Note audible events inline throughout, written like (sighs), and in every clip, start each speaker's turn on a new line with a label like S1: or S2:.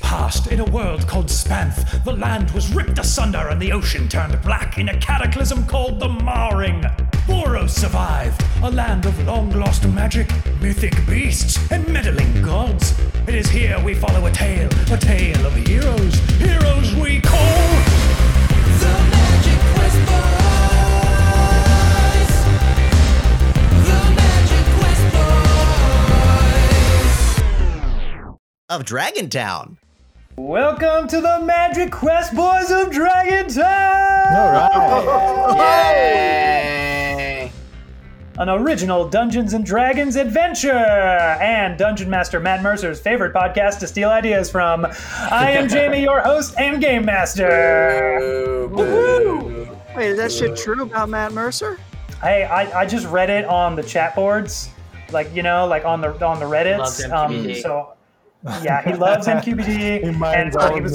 S1: past, in a world called Spanth, the land was ripped asunder and the ocean turned black in a cataclysm called the Marring. Boros survived, a land of long lost magic, mythic beasts, and meddling gods. It is here we follow a tale, a tale of heroes, heroes we call.
S2: The Magic Quest Boys. The Magic Quest Boys.
S3: of Dragontown.
S4: Welcome to the Magic Quest Boys of Dragon Town!
S5: All right.
S4: An original Dungeons and Dragons adventure and Dungeon Master Matt Mercer's favorite podcast to steal ideas from. I
S5: (laughs)
S4: am Jamie, your host and game master.
S5: Wait, is that shit true about Matt Mercer?
S4: Hey, I, I just read it on the chat boards, like you know, like on the on the Reddit's. Um,
S6: Loves MQBD.
S4: so yeah, he
S5: (laughs)
S4: loves MQBD.
S5: He mines
S4: so
S5: all the
S4: like-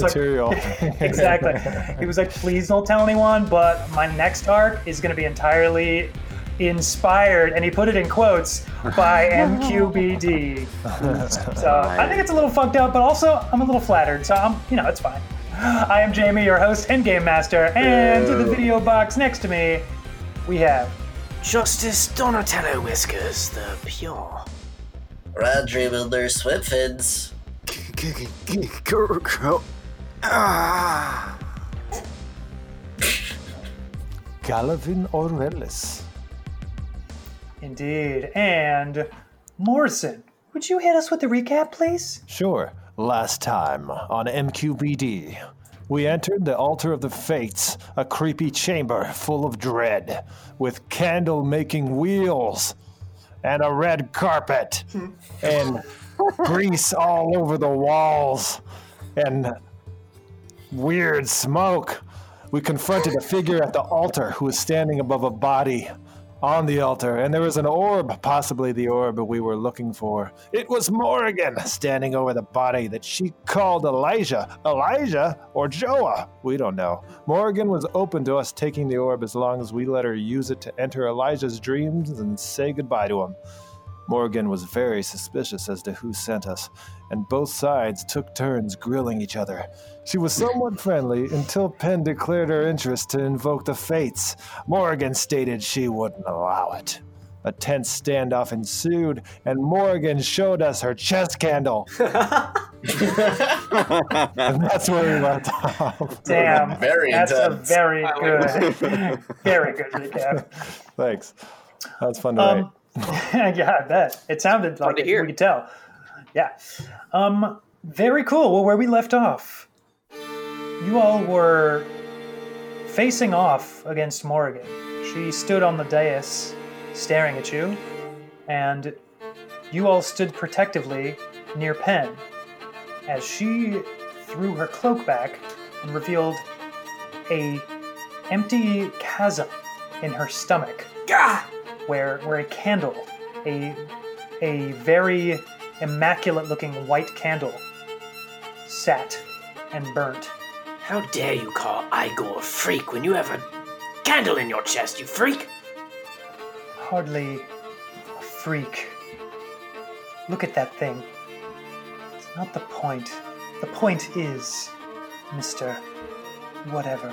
S4: (laughs)
S5: material.
S4: exactly. He was like, please don't tell anyone, but my next arc is going to be entirely inspired, and he put it in quotes,
S5: (laughs)
S4: by MQBD. So I think it's a little fucked up, but also I'm a little flattered, so I'm, you know, it's fine. I am Jamie, your host and game master, and to the video box next to me, we have.
S7: Justice Donatello Whiskers, the pure.
S3: Rodri Builder Swipfins.
S5: Galavin Orelis.
S4: Indeed. And Morrison, would you hit us with the recap, please?
S5: Sure. Last time on MQBD, we entered the Altar of the Fates, a creepy chamber full of dread, with candle making wheels and a red carpet and grease all over the walls and weird smoke. We confronted a figure at the altar who was standing above a body on the altar, and there was an orb, possibly the orb we were looking for. It was Morrigan standing over the body that she called Elijah, Elijah, or Joah. We don't know. Morrigan was open to us taking the orb as long as we let her use it to enter Elijah's dreams and say goodbye to him. Morgan was very suspicious as to who sent us, and both sides took turns grilling each other. She was somewhat friendly until Penn declared her interest to invoke the fates. Morgan stated she wouldn't allow it. A tense standoff ensued, and Morgan showed us her chest candle. and that's where we left off.
S4: Damn.
S3: Very
S4: That's
S3: intense.
S4: a very good, very good recap.
S5: Thanks. That was fun to
S4: Um, (laughs)
S5: write.
S4: yeah, I bet. It sounded like
S7: to
S4: it,
S7: hear.
S4: we could tell. Yeah. Um, very cool. Well, where we left off, you all were facing off against Morrigan. She stood on the dais staring at you, and you all stood protectively near Penn as she threw her cloak back and revealed a empty chasm in her stomach where where a candle, a a very immaculate looking white candle sat and burnt.
S7: How dare you call Igor a freak when you have a candle in your chest, you freak?
S4: Hardly a freak. Look at that thing. It's not the point. The point is, Mr. Whatever,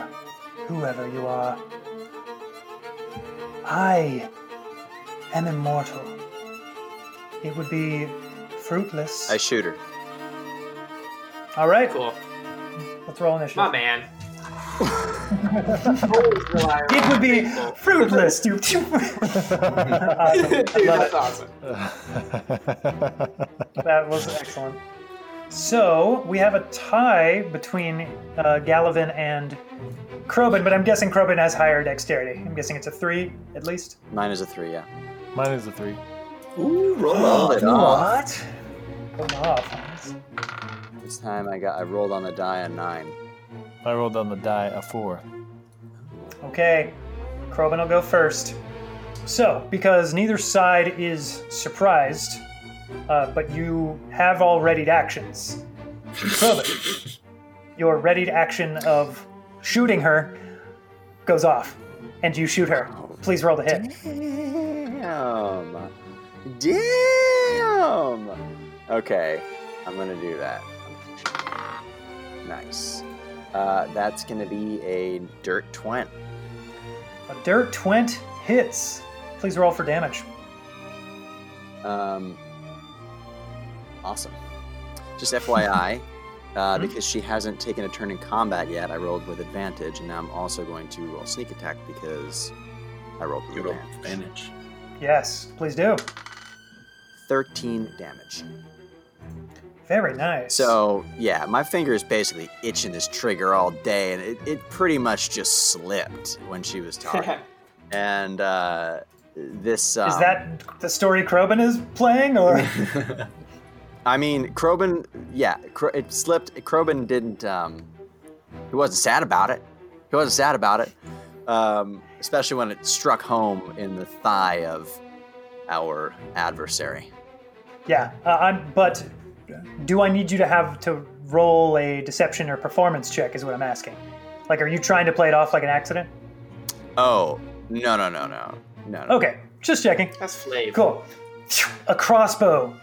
S4: whoever you are, I am immortal. It would be fruitless.
S8: I shoot her.
S4: All right,
S7: Cool.
S4: let's roll initiative.
S7: My
S4: (laughs)
S7: man.
S4: It would be fruitless to. (laughs)
S7: (laughs)
S4: Awesome.
S7: Dude, that's awesome.
S5: (laughs)
S4: That was excellent. So we have a tie between uh, Gallivan and Krobin, but I'm guessing Krobin has higher dexterity. I'm guessing it's a three at least.
S8: Mine is a three, yeah.
S5: Mine is a three.
S8: Ooh, roll on it off.
S4: What? Come off.
S8: This time I got I rolled on the die a nine.
S5: I rolled on the die a four.
S4: Okay, Krobin will go first. So, because neither side is surprised, uh, but you have all readied actions. Krobin, your readied action of shooting her goes off, and you shoot her. Please roll the hit.
S8: Damn. Damn. Okay, I'm gonna do that. Nice. Uh, that's going to be a dirt 20.
S4: A dirt twint hits. Please roll for damage.
S8: Um, awesome. Just FYI, uh, because she hasn't taken a turn in combat yet, I rolled with advantage, and now I'm also going to roll sneak attack because I rolled with
S6: You roll
S8: advantage.
S6: advantage.
S4: Yes, please do.
S8: 13 damage.
S4: Very nice.
S8: So, yeah, my finger is basically itching this trigger all day, and it, it pretty much just slipped when she
S4: (laughs)
S8: was talking. and uh, this. Um,
S4: is that the story Crobin is playing, or
S8: (laughs) I mean, Crobin, yeah, Cro- it slipped. Crobin didn't. Um, he wasn't sad about it. He wasn't sad about it, um, especially when it struck home in the thigh of our adversary.
S4: yeah? Uh, I'm, but do I need you to have to roll a deception or performance check? Is what I'm asking. Like, are you trying to play it off like an accident?
S8: Oh no no no no no! no.
S4: Okay, just checking.
S7: That's flavor.
S4: Cool. A crossbow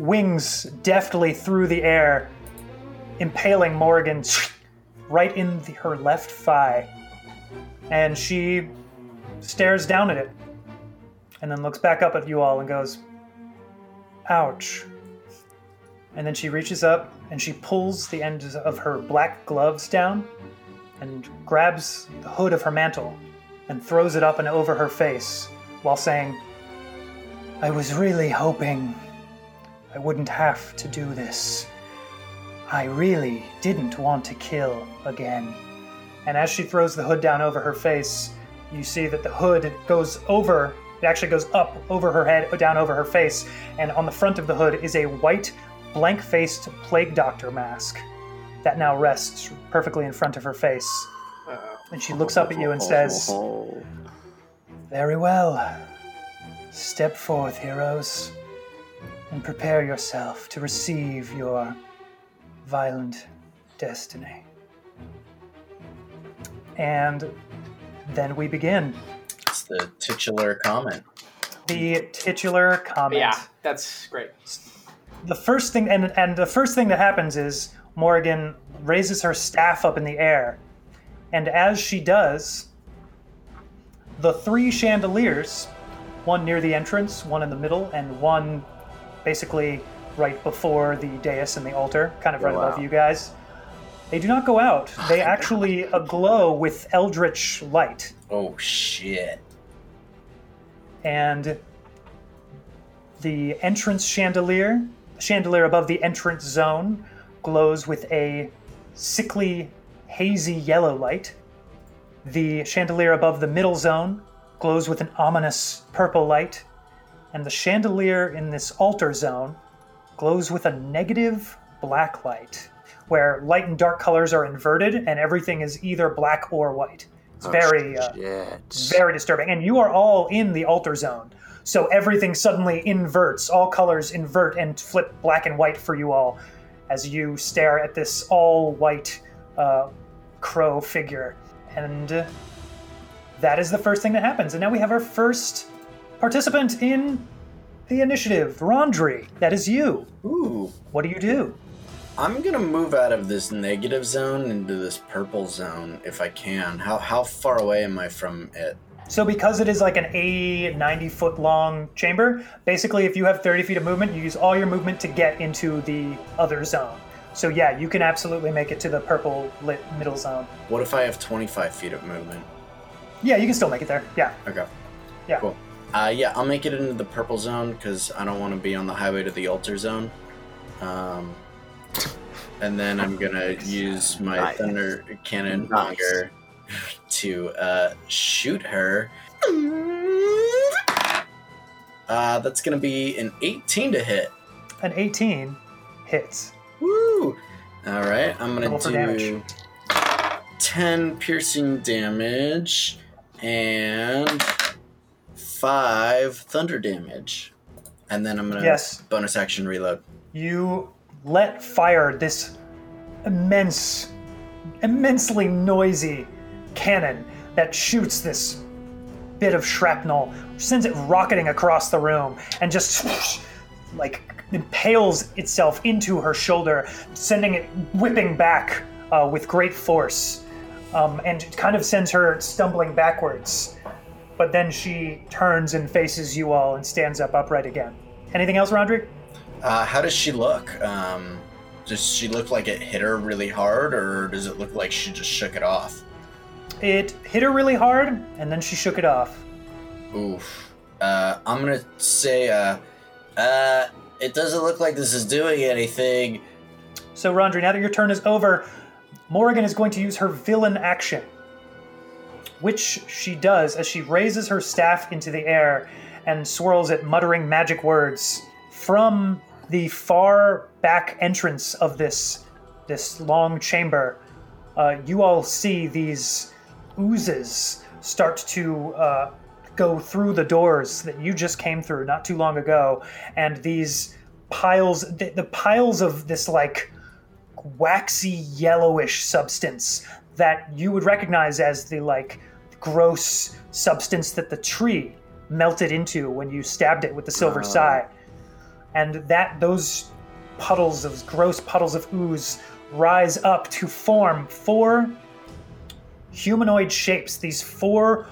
S4: wings deftly through the air, impaling Morgan right in the, her left thigh. And she stares down at it and then looks back up at you all and goes, Ouch. And then she reaches up and she pulls the ends of her black gloves down and grabs the hood of her mantle and throws it up and over her face while saying, I was really hoping I wouldn't have to do this. I really didn't want to kill again. And as she throws the hood down over her face, you see that the hood goes over, it actually goes up over her head, down over her face, and on the front of the hood is a white, blank faced plague doctor mask that now rests perfectly in front of her face. And she looks up at you and says,
S8: Oh,
S4: very well. Step forth, heroes, and prepare yourself to receive your violent destiny. And then we begin.
S6: It's the titular comment.
S4: The titular comment.
S7: Yeah, that's great.
S4: the first thing and, and the first thing that happens is Morgan raises her staff up in the air. And as she does, the three chandeliers, one near the entrance, one in the middle, and one basically right before the dais and the altar, kind of right
S8: Wow.
S4: above you guys, they do not go out.
S6: (laughs)
S4: They actually aglow with eldritch light
S6: Oh shit.
S4: and the entrance chandelier, the chandelier above the entrance zone, glows with a sickly, hazy yellow light. The chandelier above the middle zone glows with an ominous purple light. And the chandelier in this altar zone glows with a negative black light, where light and dark colors are inverted and everything is either black or white. It's very uh,
S8: Oh, shit.
S4: very disturbing. And you are all in the altar zone. So everything suddenly inverts. All colors invert and flip black and white for you all as you stare at this all white uh, crow figure. And uh, that is the first thing that happens. And now we have our first participant in the initiative, Rondri. That is you.
S6: Ooh.
S4: What do you do?
S6: I'm gonna move out of this negative zone into this purple zone if I can. How how far away am I from it?
S4: So because it is like an 80, 90 foot long chamber, basically if you have 30 feet of movement, you use all your movement to get into the other zone. So yeah, you can absolutely make it to the purple lit middle zone.
S6: What if I have 25 feet of movement?
S4: Yeah, you can still make it there. Yeah.
S6: Okay.
S4: Yeah.
S6: Cool. Uh, yeah, I'll make it into the purple zone because I don't want to be on the highway to the altar zone. Um, and then I'm gonna use my
S8: Nice.
S6: thunder cannon
S8: Nice.
S6: longer (laughs) to uh, shoot her.
S8: Mm-hmm.
S6: Uh, that's gonna be an 18 to hit.
S4: An 18 hits.
S6: Woo! All right, I'm gonna
S4: Roll for
S6: do
S4: damage.
S6: ten piercing damage and five thunder damage, and then I'm gonna
S4: Yes.
S6: bonus action reload.
S4: You let fire this immense, immensely noisy cannon that shoots this bit of shrapnel, sends it rocketing across the room, and just like impales itself into her shoulder, sending it whipping back uh, with great force, um, and kind of sends her stumbling backwards. But then she turns and faces you all and stands up upright again. Anything else, Roderick?
S6: Uh, how does she look? Um, does she look like it hit her really hard, or does it look like she just shook it off?
S4: It hit her really hard, and then she shook it off.
S6: Oof. Uh, I'm gonna say, uh, uh, it doesn't look like this is doing anything.
S4: So, Rondri, now that your turn is over, Morrigan is going to use her villain action, which she does as she raises her staff into the air and swirls it, muttering magic words from the far back entrance of this this long chamber. Uh, you all see these oozes start to uh, go through the doors that you just came through not too long ago, and these piles, the, the piles of this like waxy yellowish substance that you would recognize as the like gross substance that the tree melted into when you stabbed it with the silver scythe and that those puddles those gross puddles of ooze rise up to form four humanoid shapes these four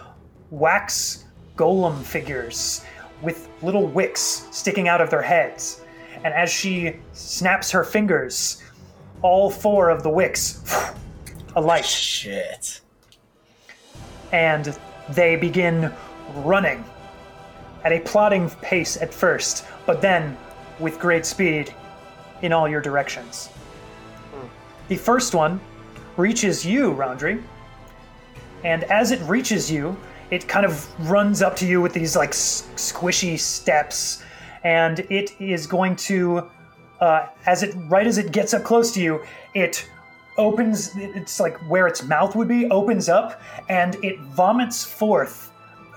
S4: wax golem figures with little wicks sticking out of their heads and as she snaps her fingers all four of the wicks (sighs) alight
S6: Shit.
S4: and they begin running at a plodding pace at first, but then with great speed in all your directions. The first one reaches you, Rondry, and as it reaches you, it kind of runs up to you with these like s- squishy steps, and it is going to, uh, as it right as it gets up close to you, it opens it's like where its mouth would be opens up and it vomits forth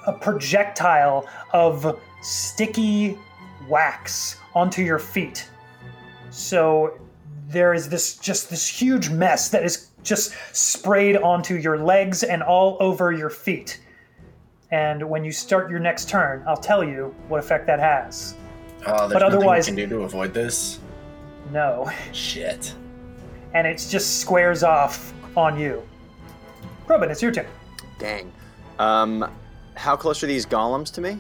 S4: a projectile of sticky wax onto your feet so there is this just this huge mess that is just sprayed onto your legs and all over your feet and when you start your next turn i'll tell you what effect that has
S6: Oh, there's
S4: But otherwise-
S6: nothing we can do to avoid this.
S4: no (laughs)
S6: Shit.
S4: and it just squares off on you Robin, it's your turn
S8: Dang. Um, how close are these golems to me?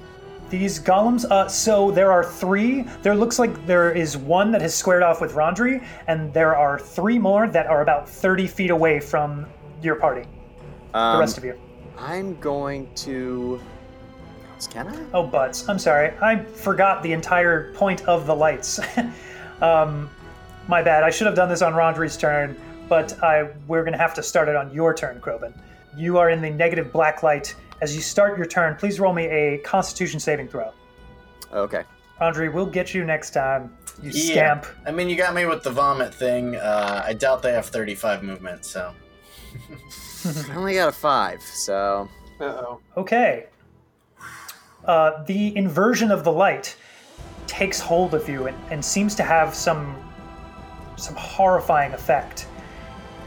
S4: These golems. Uh, so there are three. There looks like there is one that has squared off with Rondri, and there are three more that are about thirty feet away from your party. The
S8: Um,
S4: rest of you.
S8: I'm going to. Can I?
S4: Oh, butts. I'm sorry. I forgot the entire point of the lights. (laughs) um, my bad. I should have done this on Rondri's turn, but I we're gonna have to start it on your turn, Krobin. You are in the negative black light. As you start your turn, please roll me a Constitution saving throw.
S8: Oh, Okay. (clears throat)
S4: Rondri, we'll get you next time. You
S6: Yeah.
S4: scamp.
S6: I mean, you got me with the vomit thing. Uh, I doubt they have 35 movement, so.
S8: I only got a five, so.
S9: Uh oh.
S4: Okay. Uh, the inversion of the light takes hold of you and, and seems to have some some horrifying effect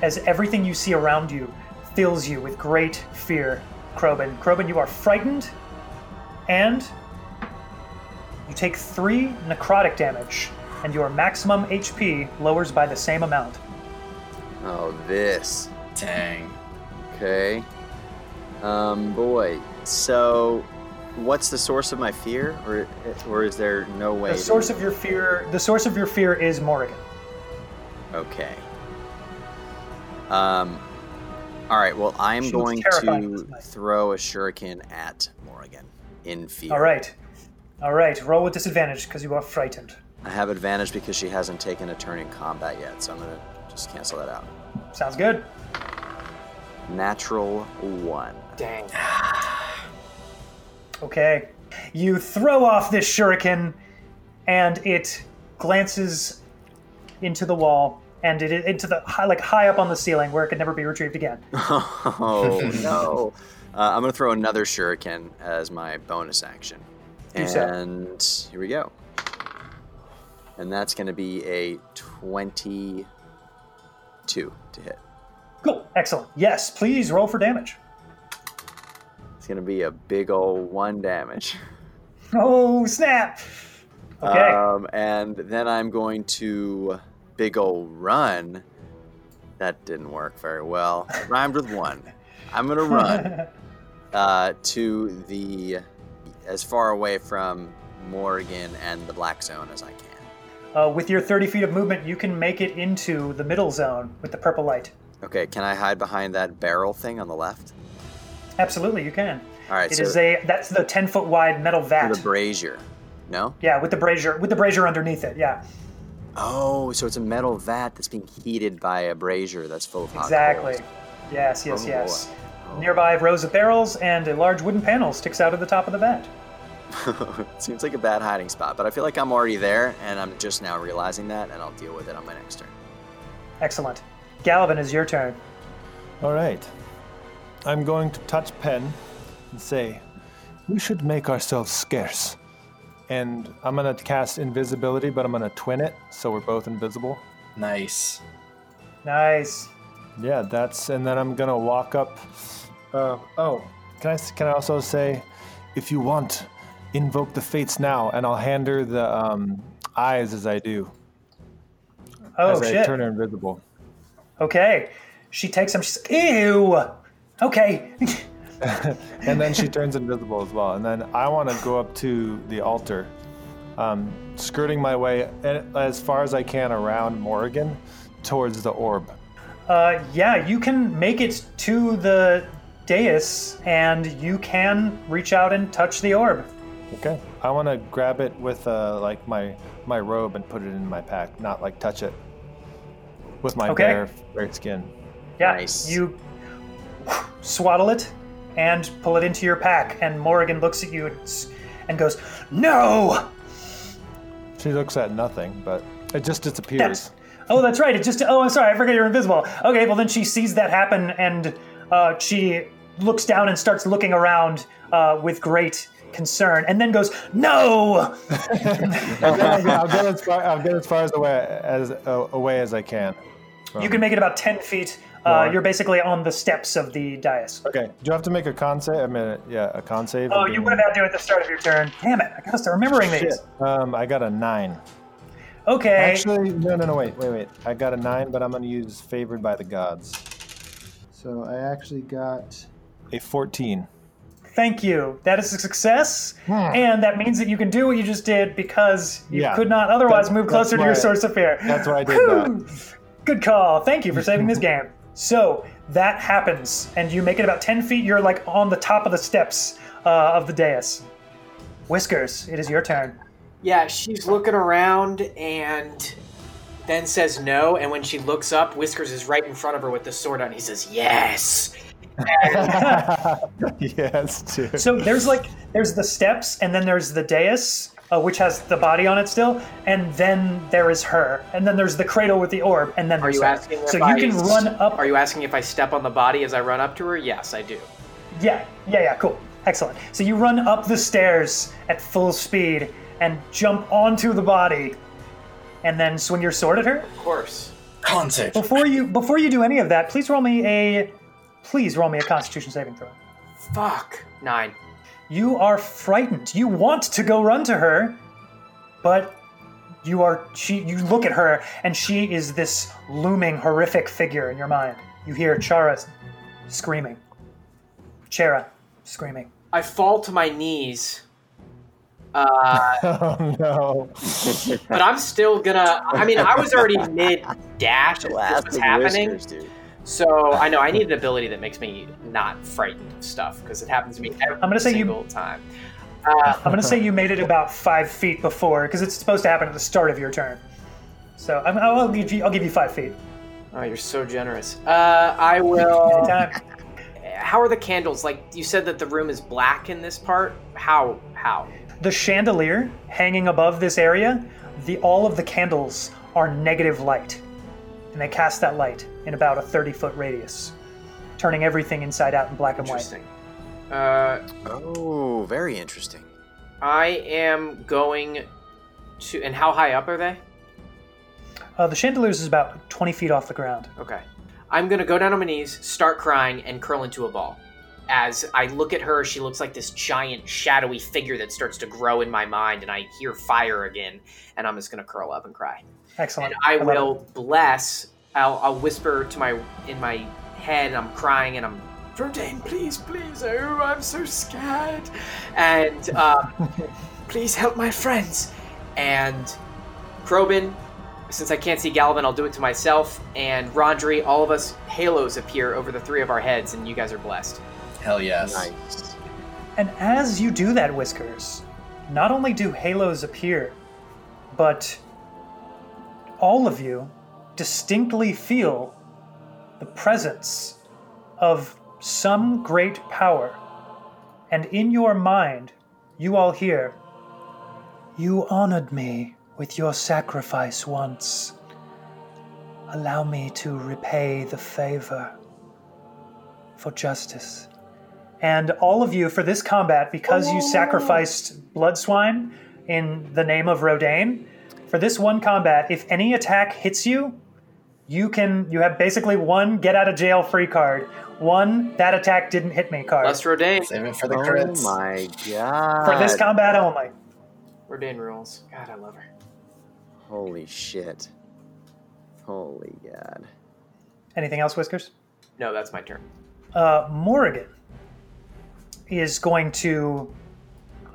S4: as everything you see around you fills you with great fear, Krobin. Krobin, you are frightened and you take three necrotic damage and your maximum HP lowers by the same amount.
S8: Oh, this.
S6: Dang.
S8: Okay. Um, boy. So, what's the source of my fear, or or is there no way?
S4: The
S8: to-
S4: source of your fear the source of your fear is Morrigan.
S8: Okay. Um. All right. Well, I'm
S4: She looks
S8: going
S4: terrified at this
S8: to
S4: point.
S8: throw a shuriken at Morrigan in fear.
S4: All right. All right, roll with disadvantage because you are frightened.
S8: I have advantage because she hasn't taken a turn in combat yet, so I'm gonna just cancel that out.
S4: Sounds good.
S8: Natural one.
S7: Dang.
S4: Okay. You throw off this shuriken and it glances into the wall and it into the high, like high up on the ceiling where it could never be retrieved again.
S8: (laughs) Oh no! Uh, I'm gonna throw another shuriken as my bonus action,
S4: Do so.
S8: and here we go. And that's gonna be a twenty-two to hit.
S4: Cool. Excellent. Yes, please roll for damage.
S8: It's gonna be a big ol' one damage.
S4: Oh, snap. Okay.
S8: Um, and then I'm going to big ol' run. That didn't work very well. It rhymed with one. I'm gonna run
S4: (laughs)
S8: uh, to the as far away from Morgan and the black zone as I can.
S4: Uh, with your 30 feet of movement, you can make it into the middle zone with the purple light.
S8: Okay, can I hide behind that barrel thing on the left?
S4: Absolutely, you can.
S8: All right,
S4: It is
S8: so
S4: a that's the 10 foot wide metal vat.
S8: the brazier. No.
S4: yeah, with the brazier with the brazier underneath it. Yeah,
S8: Oh, so it's a metal vat that's being heated by a brazier that's full of hot
S4: exactly.
S8: coals.
S4: Yes, yes,
S8: Oh,
S4: yes.
S8: boy.
S4: Nearby rows of barrels and a large wooden panel sticks out of the top of the vat.
S8: (laughs) Seems like a bad hiding spot, but I feel like I'm already there, and I'm just now realizing that, and I'll deal with it on my next turn.
S4: Excellent. Galvin is your turn.
S5: All right. I'm going to touch Pen and say, we should make ourselves scarce. And I'm going to cast invisibility, but I'm going to twin it so we're both invisible.
S6: Nice.
S4: Nice.
S5: Yeah, that's. And then I'm going to walk up. Uh, oh, can I, s- can I also say, if you want, invoke the fates now, and I'll hand her the um, eyes as I do,
S4: Oh
S5: as I
S4: shit.
S5: turn her invisible.
S4: Okay. She takes him. She's ew. Okay. (laughs)
S5: and then she turns invisible as well. And then I want to go up to the altar, um, skirting my way a- as far as I can around Morrigan towards the orb.
S4: Uh, yeah, you can make it to the dais, and you can reach out and touch the orb.
S5: Okay. I want to grab it with uh, like my my robe and put it in my pack, not like touch it with my
S4: Okay.
S5: bare bare skin.
S4: Yeah,
S8: Nice.
S4: you swaddle it and pull it into your pack, and Morrigan looks at you and, s- and goes, "No."
S5: She looks at nothing, but it just disappears.
S4: That's, oh, that's right. It just. Oh, I'm sorry. I forgot you're invisible. Okay. Well, then she sees that happen, and uh, she looks down and starts looking around uh, with great concern, and then goes, "No."
S5: Yeah, (laughs)
S4: (laughs)
S5: I'll get as far, I'll get as far as away as uh, away as I can.
S4: You can make it about ten feet. Uh,
S5: Right.
S4: you're basically on the steps of the dais.
S5: Okay. Do you have to make a con save? I mean, yeah, a con save.
S4: Oh,
S5: of
S4: you
S5: being-
S4: would have had to at the start of your turn. Damn it! I gotta start remembering these.
S5: Um, I got a nine.
S4: Okay.
S5: Actually, no, no, no. Wait, wait, wait. I got a nine, but I'm gonna use favored by the gods. So I actually got a fourteen.
S4: Thank you. That is a success,
S5: Hmm.
S4: and that means that you can do what you just did because you
S5: Yeah.
S4: could not otherwise
S5: That's-
S4: move
S5: that's
S4: closer to your
S5: why-
S4: source of fear.
S5: That's why I did
S4: Whew.
S5: that.
S4: (laughs) Good call. Thank you for saving this game. So that happens, and you make it about ten feet. You're like on the top of the steps uh, of the dais. Whiskers, it is your turn.
S7: Yeah, she's looking around and then says no. And when she looks up, Whiskers is right in front of her with the sword on. He says, Yes.
S5: (laughs) yes, dude.
S4: So there's like there's the steps, and then there's the dais, uh, which has the body on it still, and then there is her, and then there's the cradle with the orb, and then
S7: Are
S4: there's
S7: you
S4: her.
S7: asking if
S4: So
S7: I,
S4: you can run up.
S7: Are you asking if I step on the body as I run up to her? Yes, I do.
S4: Yeah, yeah, yeah. Cool, excellent. So you run up the stairs at full speed and jump onto the body, and then swing your sword at her.
S7: Of course.
S6: Contact.
S8: Oh.
S4: Before you before you do any of that, please roll me a please roll me a Constitution saving throw.
S7: Fuck. Nine.
S4: You are frightened. You want to go run to her, but you are she you look at her and she is this looming horrific figure in your mind. You hear Chara screaming. Chara screaming.
S7: I fall to my knees. Uh,
S5: (laughs) oh no.
S7: but I'm still gonna. I mean, I was already mid dash as this was
S8: Blasted
S7: happening.
S8: whiskers, dude.
S7: So I know I need an ability that makes me not frightened of stuff because it happens to me every
S4: gonna say you-
S7: single time.
S4: I'm gonna say you made
S7: (laughs)
S4: it about five feet before, because it's supposed to happen at the start of your turn. So I'm, I'll give you I'll give you five feet.
S7: Oh, you're so generous. Uh, I will. (laughs)
S4: Anytime.
S7: How are the candles? Like you said that the room is black in this part. How? How?
S4: The chandelier hanging above this area, the all of the candles are negative light. And they cast that light in about a 30 foot radius, turning everything inside out in black and white.
S7: Interesting. Uh,
S8: Oh, very interesting.
S7: I am going to. And how high up are they?
S4: Uh, the chandeliers is about 20 feet off the ground.
S7: Okay. I'm gonna go down on my knees, start crying, and curl into a ball. as I look at her, she looks like this giant shadowy figure that starts to grow in my mind, and I hear fire again, and I'm just gonna curl up and cry.
S4: Excellent.
S7: And I
S4: love
S7: will bless. I'll, I'll whisper to my in my head, and I'm crying, and I'm Verdane, please, please. Oh, I'm so scared. And um, please help my friends. And Krobin, since I can't see Gallivan, I'll do it to myself. And Rondri, all of us halos appear over the three of our heads, and you guys are blessed.
S6: Hell yes.
S8: Nice.
S4: And as you do that, Whiskers, not only do halos appear, but all of you distinctly feel the presence of some great power. And in your mind, you all hear, You honored me with your sacrifice once. Allow me to repay the favor for justice and all of you for this combat because you sacrificed blood swine in the name of Rodaine. For this one combat, if any attack hits you, you can you have basically one get out of jail free card, one that attack didn't hit me card
S7: Bless Rodan.
S6: Save it for the
S8: Oh
S6: crits.
S8: my god.
S4: for this combat only.
S7: Rodan rules. God, I love her.
S8: Holy shit. Holy god.
S4: Anything else, Whiskers?
S7: No, that's my turn.
S4: uh, Morrigan is going to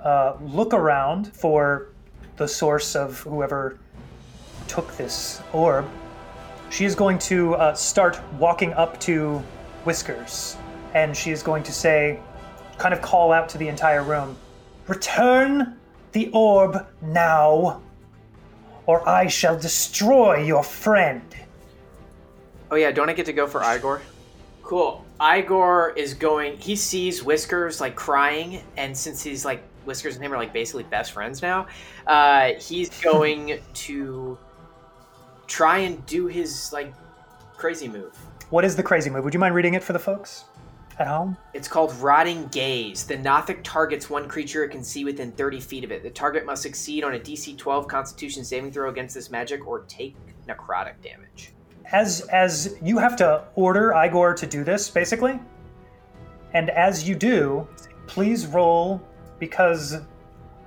S4: uh, look around for the source of whoever took this orb. She is going to uh, start walking up to Whiskers, and she is going to say, kind of call out to the entire room Return the orb now, or I shall destroy your friend.
S7: Oh yeah, don't I get to go for Igor? Cool. Igor is going. He sees Whiskers like crying, and since he's like Whiskers and him are like basically best friends now, uh, (laughs) he's going to try and do his like crazy move.
S4: What is the crazy move? Would you mind reading it for the folks at home?
S7: It's called Rotting Gaze. The Nothic targets one creature it can see within 30 feet of it. The target must succeed on a DC 12 Constitution saving throw against this magic or take necrotic damage.
S4: as as you have to order Igor to do this basically, and as you do, please roll because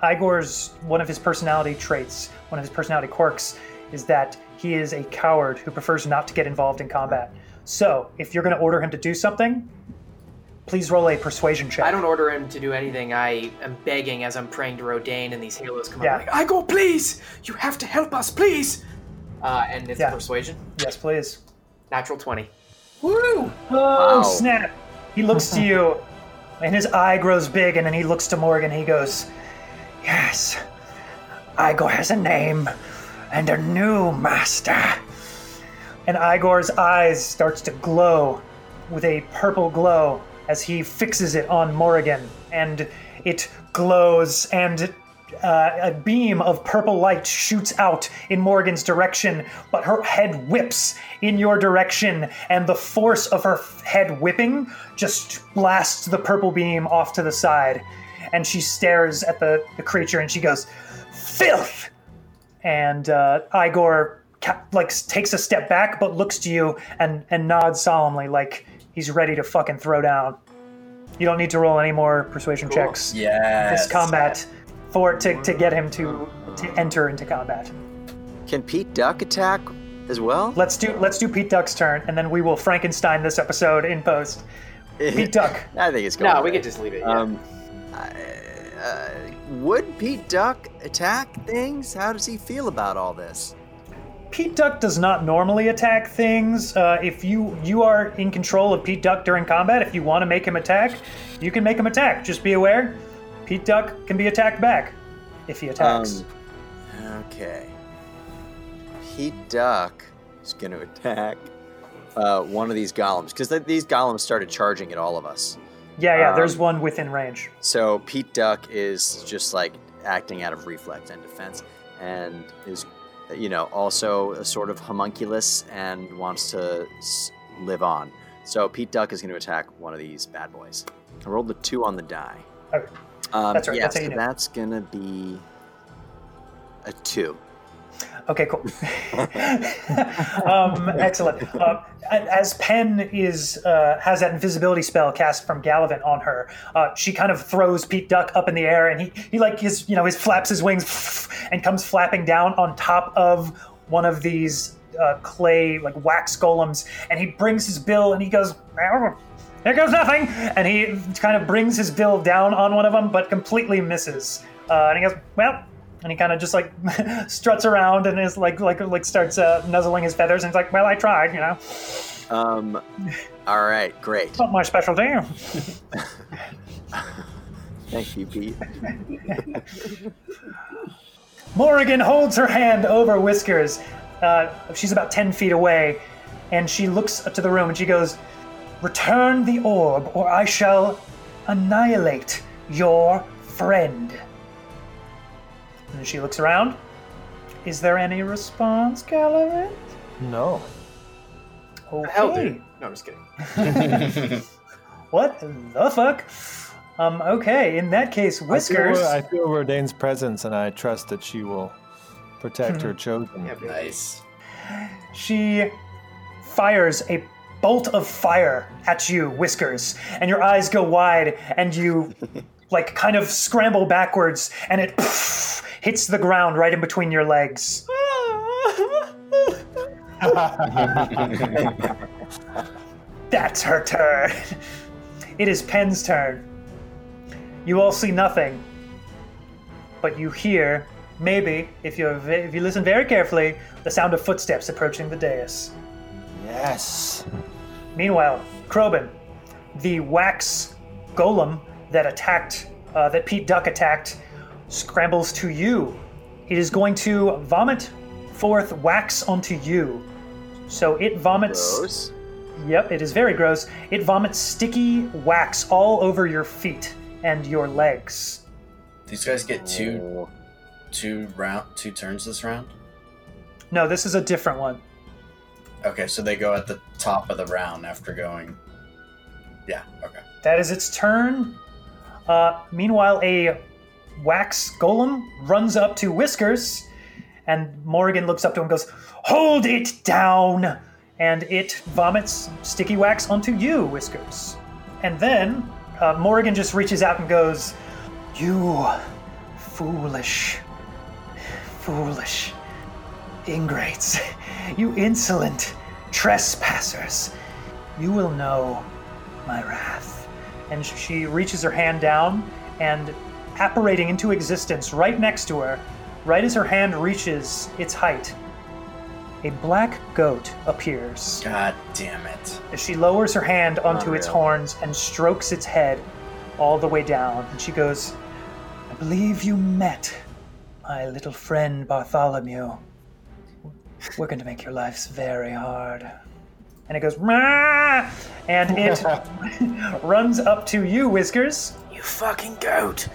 S4: Igor's one of his personality traits, one of his personality quirks, is that he is a coward who prefers not to get involved in combat. So if you're going to order him to do something, please roll a persuasion check.
S7: I don't order him to do anything. I am begging as I'm praying to Rodaine and these halos come
S4: Yeah.
S7: up. Like, Igor, please! You have to help us, please! Uh, and it's
S4: Yeah.
S7: persuasion.
S4: Yes, please.
S7: Natural 20.
S4: Oh
S8: Wow.
S4: snap! He looks to you, and his eye grows big, and then he looks to Morgan. He goes, "Yes, Igor has a name, and a new master." And Igor's eyes starts to glow with a purple glow as he fixes it on Morrigan, and it glows, and uh, a beam of purple light shoots out in Morgan's direction, but her head whips in your direction, and the force of her f- head whipping just blasts the purple beam off to the side. And she stares at the, the creature and she goes, Filth! And uh, Igor ca- like s- takes a step back but looks to you and, and nods solemnly, like he's ready to fucking throw down. You don't need to roll any more persuasion checks
S6: Yes.
S4: this combat for to, to get him to to enter into combat.
S8: Can Pete Duck attack as well?
S4: Let's do let's do Pete Duck's turn, and then we will Frankenstein this episode in post.
S8: (laughs)
S4: Pete Duck,
S8: I think it's going.
S7: No, we
S8: right.
S7: could just leave it. yeah.
S8: Um, I- uh, would Pete Duck attack things? How does he feel about all this?
S4: Pete Duck does not normally attack things. Uh, if you you are in control of Pete Duck during combat, if you want to make him attack, you can make him attack. Just be aware, Pete Duck can be attacked back if he attacks.
S8: Um, okay. Pete Duck is going to (laughs) attack uh, one of these golems because these golems started charging at all of us.
S4: yeah, yeah. there's
S8: um,
S4: one within range.
S8: So Pete Duck is just like acting out of reflex and defense, and is, you know, also a sort of homunculus and wants to s- live on. So Pete Duck is going to attack one of these bad boys. I rolled the two on the die.
S4: Okay.
S8: Um,
S4: That's right,
S8: Yeah,
S4: that's how
S8: so
S4: you do it.
S8: that's going to be a two.
S4: Okay, cool. (laughs) um, excellent. Uh, and as Penn is uh, has that invisibility spell cast from Gallivant on her, uh, she kind of throws Pete Duck up in the air, and he he like his you know his flaps his wings and comes flapping down on top of one of these uh, clay like wax golems, and he brings his bill and he goes. "Meow." Here goes nothing, and he kind of brings his bill down on one of them, but completely misses. Uh, and he goes, "Well, and he kind of just like (laughs) struts around and is like like like starts uh, nuzzling his feathers and he's like well i tried you know
S8: Um, all right, great.
S4: not my specialty
S8: Thank you, Pete.
S4: morrigan holds her hand over whiskers uh, she's about 10 feet away and she looks up to the room and she goes return the orb or i shall annihilate your friend and she looks around is there any response Gallivant?
S5: No.
S4: okay
S7: Hell, dude. No, I'm just kidding.
S4: What the fuck? Um, okay, in that case, Whiskers.
S5: I feel Rodane's presence, and I trust that she will protect
S4: Hmm.
S5: her chosen.
S7: Yeah, baby.
S6: Nice.
S4: she fires a bolt of fire at you, Whiskers, and your eyes go wide, and you like kind of scramble backwards, and it (laughs) hits the ground right in between your legs. That's her turn. It is Penn's turn. You all see nothing, but you hear, maybe, if you if you listen very carefully, the sound of footsteps approaching the dais.
S5: Yes.
S4: Meanwhile, Krobin, the wax golem that attacked, uh, that Pete Duck attacked, scrambles to you. It is going to vomit forth wax onto you. So it vomits.
S8: Gross.
S4: Yep, it is very gross. It vomits sticky wax all over your feet and your legs.
S6: These guys get two,
S8: Oh.
S6: two round, two turns this round.
S4: No, this is a different one.
S6: Okay, so they go at the top of the round after going. Yeah. Okay.
S4: That is its turn. Uh, meanwhile, a wax golem runs up to Whiskers, and Morrigan looks up to him and goes, Hold it down! And it vomits sticky wax onto you, Whiskers. And then uh, Morrigan just reaches out and goes, You foolish, foolish ingrates, (laughs) you insolent trespassers, you will know my wrath. And sh- she reaches her hand down and apparating into existence right next to her, right as her hand reaches its height, a black goat appears.
S6: God damn it.
S4: As she lowers her hand onto its horns and strokes its head all the way down, and she goes, I believe you met my little friend Bartholomew. We're going to make your lives very hard. And it goes, "Meow," and it runs up to you, Whiskers,
S7: You fucking goat.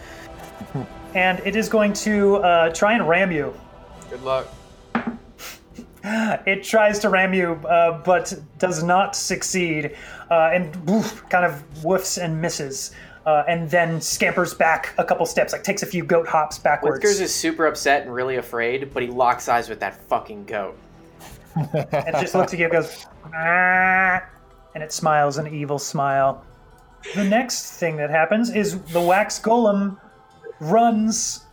S4: and it is going to uh, try and ram you.
S7: Good luck.
S4: It tries to ram you, uh, but does not succeed, uh, and woof, kind of woofs and misses, uh, and then scampers back a couple steps, like takes a few goat hops backwards.
S7: Whiskers is super upset and really afraid, but he locks eyes with that fucking goat.
S4: and just looks at you and goes, "Ah," and it smiles an evil smile. The next thing that happens is the wax golem runs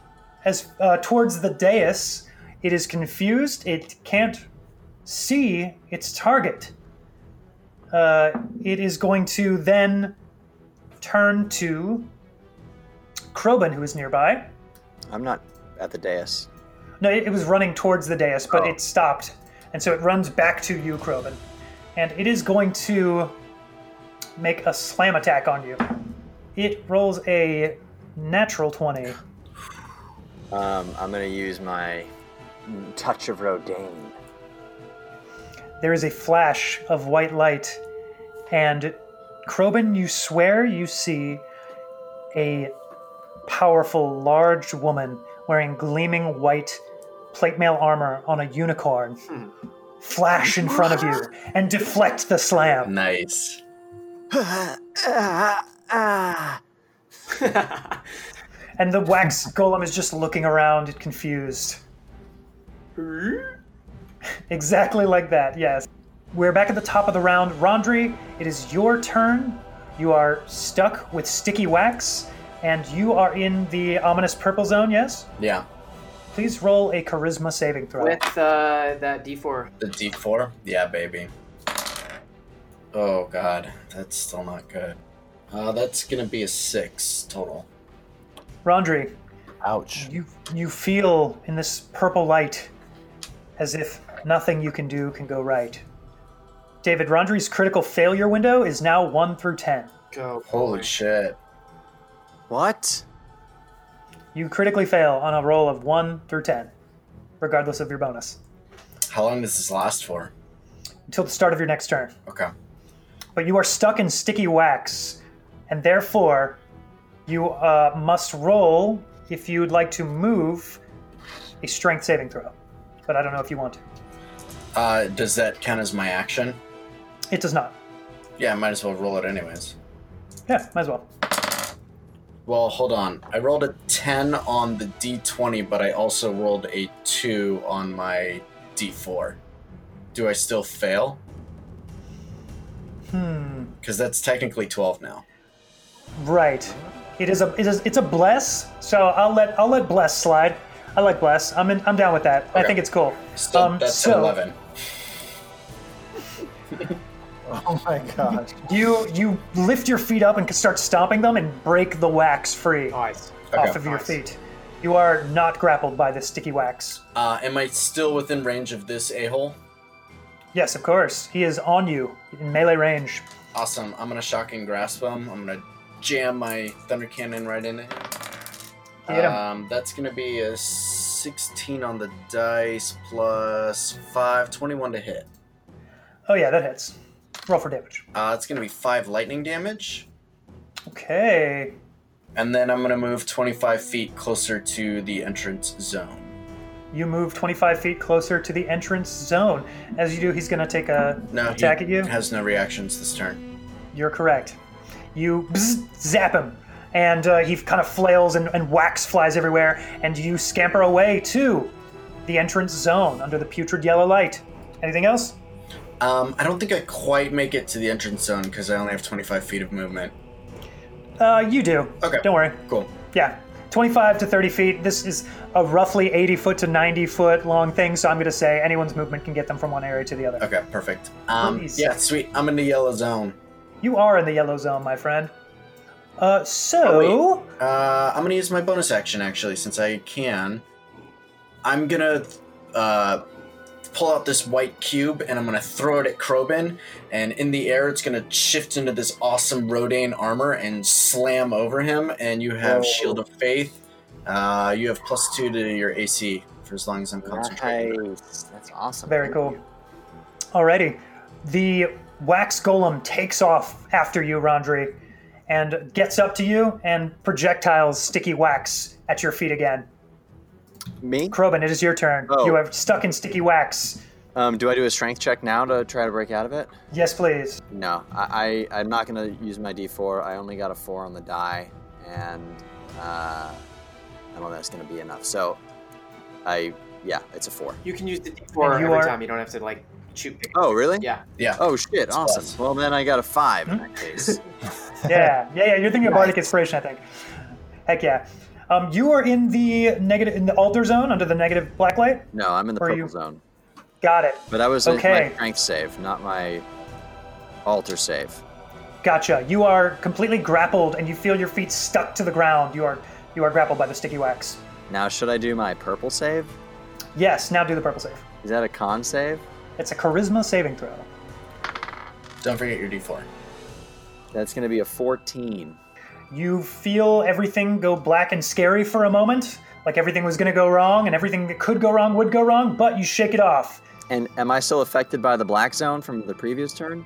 S4: as uh, towards the dais. It is confused. It can't see its target. Uh, it is going to then turn to Krobin, who is nearby.
S8: I'm not at the dais.
S4: No, it, it was running towards the dais, but it stopped. And so it runs back to you, Krobin. And it is going to make a slam attack on you. It rolls a natural 20.
S8: Um, I'm gonna use my touch of Rodane.
S4: There is a flash of white light. And Krobin, you swear you see a powerful, large woman wearing gleaming white plate mail armor on a unicorn flash in front of you and deflect the slam.
S6: Nice.
S4: And the wax golem is just looking around, confused. (laughs) Exactly like that, yes. We're back at the top of the round. Rondri, it is your turn. You are stuck with sticky wax, and you are in the ominous purple zone, yes?
S6: Yeah.
S4: Please roll a charisma saving throw.
S7: With uh, that D4.
S6: The D4? Yeah, baby. Oh, God. That's still not good. Uh, that's going to be a six total.
S4: Rondri,
S5: Ouch.
S4: you, you feel in this purple light as if nothing you can do can go right. David, Rondri's critical failure window is now 1 through 10.
S7: Go.
S6: Holy shit.
S8: What?
S4: You critically fail on a roll of 1 through 10, regardless of your bonus,
S6: How long does this last for?
S4: until the start of your next turn.
S6: Okay.
S4: But you are stuck in sticky wax, and therefore, you uh, must roll, if you would like to move, a strength saving throw. But I don't know if you want to.
S6: Uh, does that count as my action?
S4: It does not.
S6: Yeah, I might as well roll it anyways.
S4: Yeah, might as well.
S6: Well, hold on. I rolled a 10 on the d20, but I also rolled a 2 on my d4. Do I still fail?
S4: Hmm.
S6: Because that's technically 12 now.
S4: Right. It is a it is it's a bless. So I'll let I'll let bless slide. I like bless. I'm in, I'm down with that. I
S6: Okay.
S4: think it's cool.
S6: Still,
S4: Um,
S6: that's
S4: so-
S6: 11.
S5: Oh my gosh.
S4: You you lift your feet up and can start stomping them and break the wax free
S7: Nice.
S6: Okay.
S4: off of your
S7: nice.
S4: feet. You are not grappled by the sticky wax.
S6: Uh, am I still within range of this a hole?
S4: Yes, of course. He is on you in melee range.
S6: Awesome. I'm going to shock and grasp him. I'm going to jam my thunder cannon right in it.
S4: Hit him.
S6: Um, that's going to be a 16 on the dice plus 5, 21 to hit.
S4: oh yeah, that hits. Roll for damage.
S6: Uh, it's going to be 5 lightning damage.
S4: Okay.
S6: And then I'm going to move 25 feet closer to the entrance zone.
S4: You move 25 feet closer to the entrance zone. As you do, he's going to take a
S6: No, he
S4: attack at you.
S6: has no reactions this turn.
S4: You're correct. You bzz, zap him, and uh, he kind of flails and, and wax flies everywhere, and you scamper away to the entrance zone under the putrid yellow light. Anything else?
S6: Um, I don't think I quite make it to the entrance zone because I only have 25 feet of movement.
S4: Uh, you do.
S6: Okay.
S4: Don't worry.
S6: Cool.
S4: Yeah. 25 to 30 feet. This is a roughly 80 foot to 90 foot long thing, so I'm going to say anyone's movement can get them from one area to the other.
S6: Okay, perfect. Um,
S4: Please.
S6: yeah, sweet. I'm in the yellow zone.
S4: You are in the yellow zone, my friend. Uh, so.
S6: Uh, I'm gonna use my bonus action actually, since I can. I'm gonna uh, pull out this white cube and I'm gonna throw it at Krobin, and in the air, it's gonna shift into this awesome Rodane armor and slam over him. And you have
S8: Oh.
S6: Shield of Faith. Uh, you have plus two to your AC for as long as I'm concentrating.
S8: Nice. That's awesome.
S4: Very
S8: Thank
S4: cool.
S8: you.
S4: Alrighty. The wax golem takes off after you, Rondri, and gets up to you and projectiles sticky wax at your feet again.
S8: Me?
S4: Krobin, it is your turn.
S8: Oh.
S4: You are stuck in sticky wax.
S8: Um, do I do a strength check now to try to break out of it?
S4: Yes, please.
S8: No, I, I I'm not gonna use my D4. I only got a four on the die, and uh, I don't think that's gonna be enough. So, I yeah, it's a four.
S7: You can use the D4
S4: And you
S7: every
S4: are-
S7: time. You don't have to, like, shoot. big.
S8: Oh really?
S7: Yeah.
S6: Yeah.
S8: Oh shit! Awesome.
S6: plus.
S8: Well then, I got a five in that case. (laughs)
S4: Yeah, yeah, yeah. You're thinking of Bardic Inspiration, I think. Heck yeah. Um, you are in the negative in the altar zone under the negative black light.
S8: No, I'm in the
S4: Were
S8: purple
S4: you-
S8: zone.
S4: Got it.
S8: But I was in
S4: Okay.
S8: my strength save, not my altar save.
S4: Gotcha. You are completely grappled, and you feel your feet stuck to the ground. You are you are grappled by the sticky wax.
S8: Now should I do my purple save?
S4: Yes. Now do the purple save.
S8: Is that a con save?
S4: It's a charisma saving throw.
S6: Don't forget your D4.
S8: That's gonna be a 14.
S4: You feel everything go black and scary for a moment, like everything was going to go wrong and everything that could go wrong would go wrong, but you shake it off.
S8: And am I still affected by the black zone from the previous turn?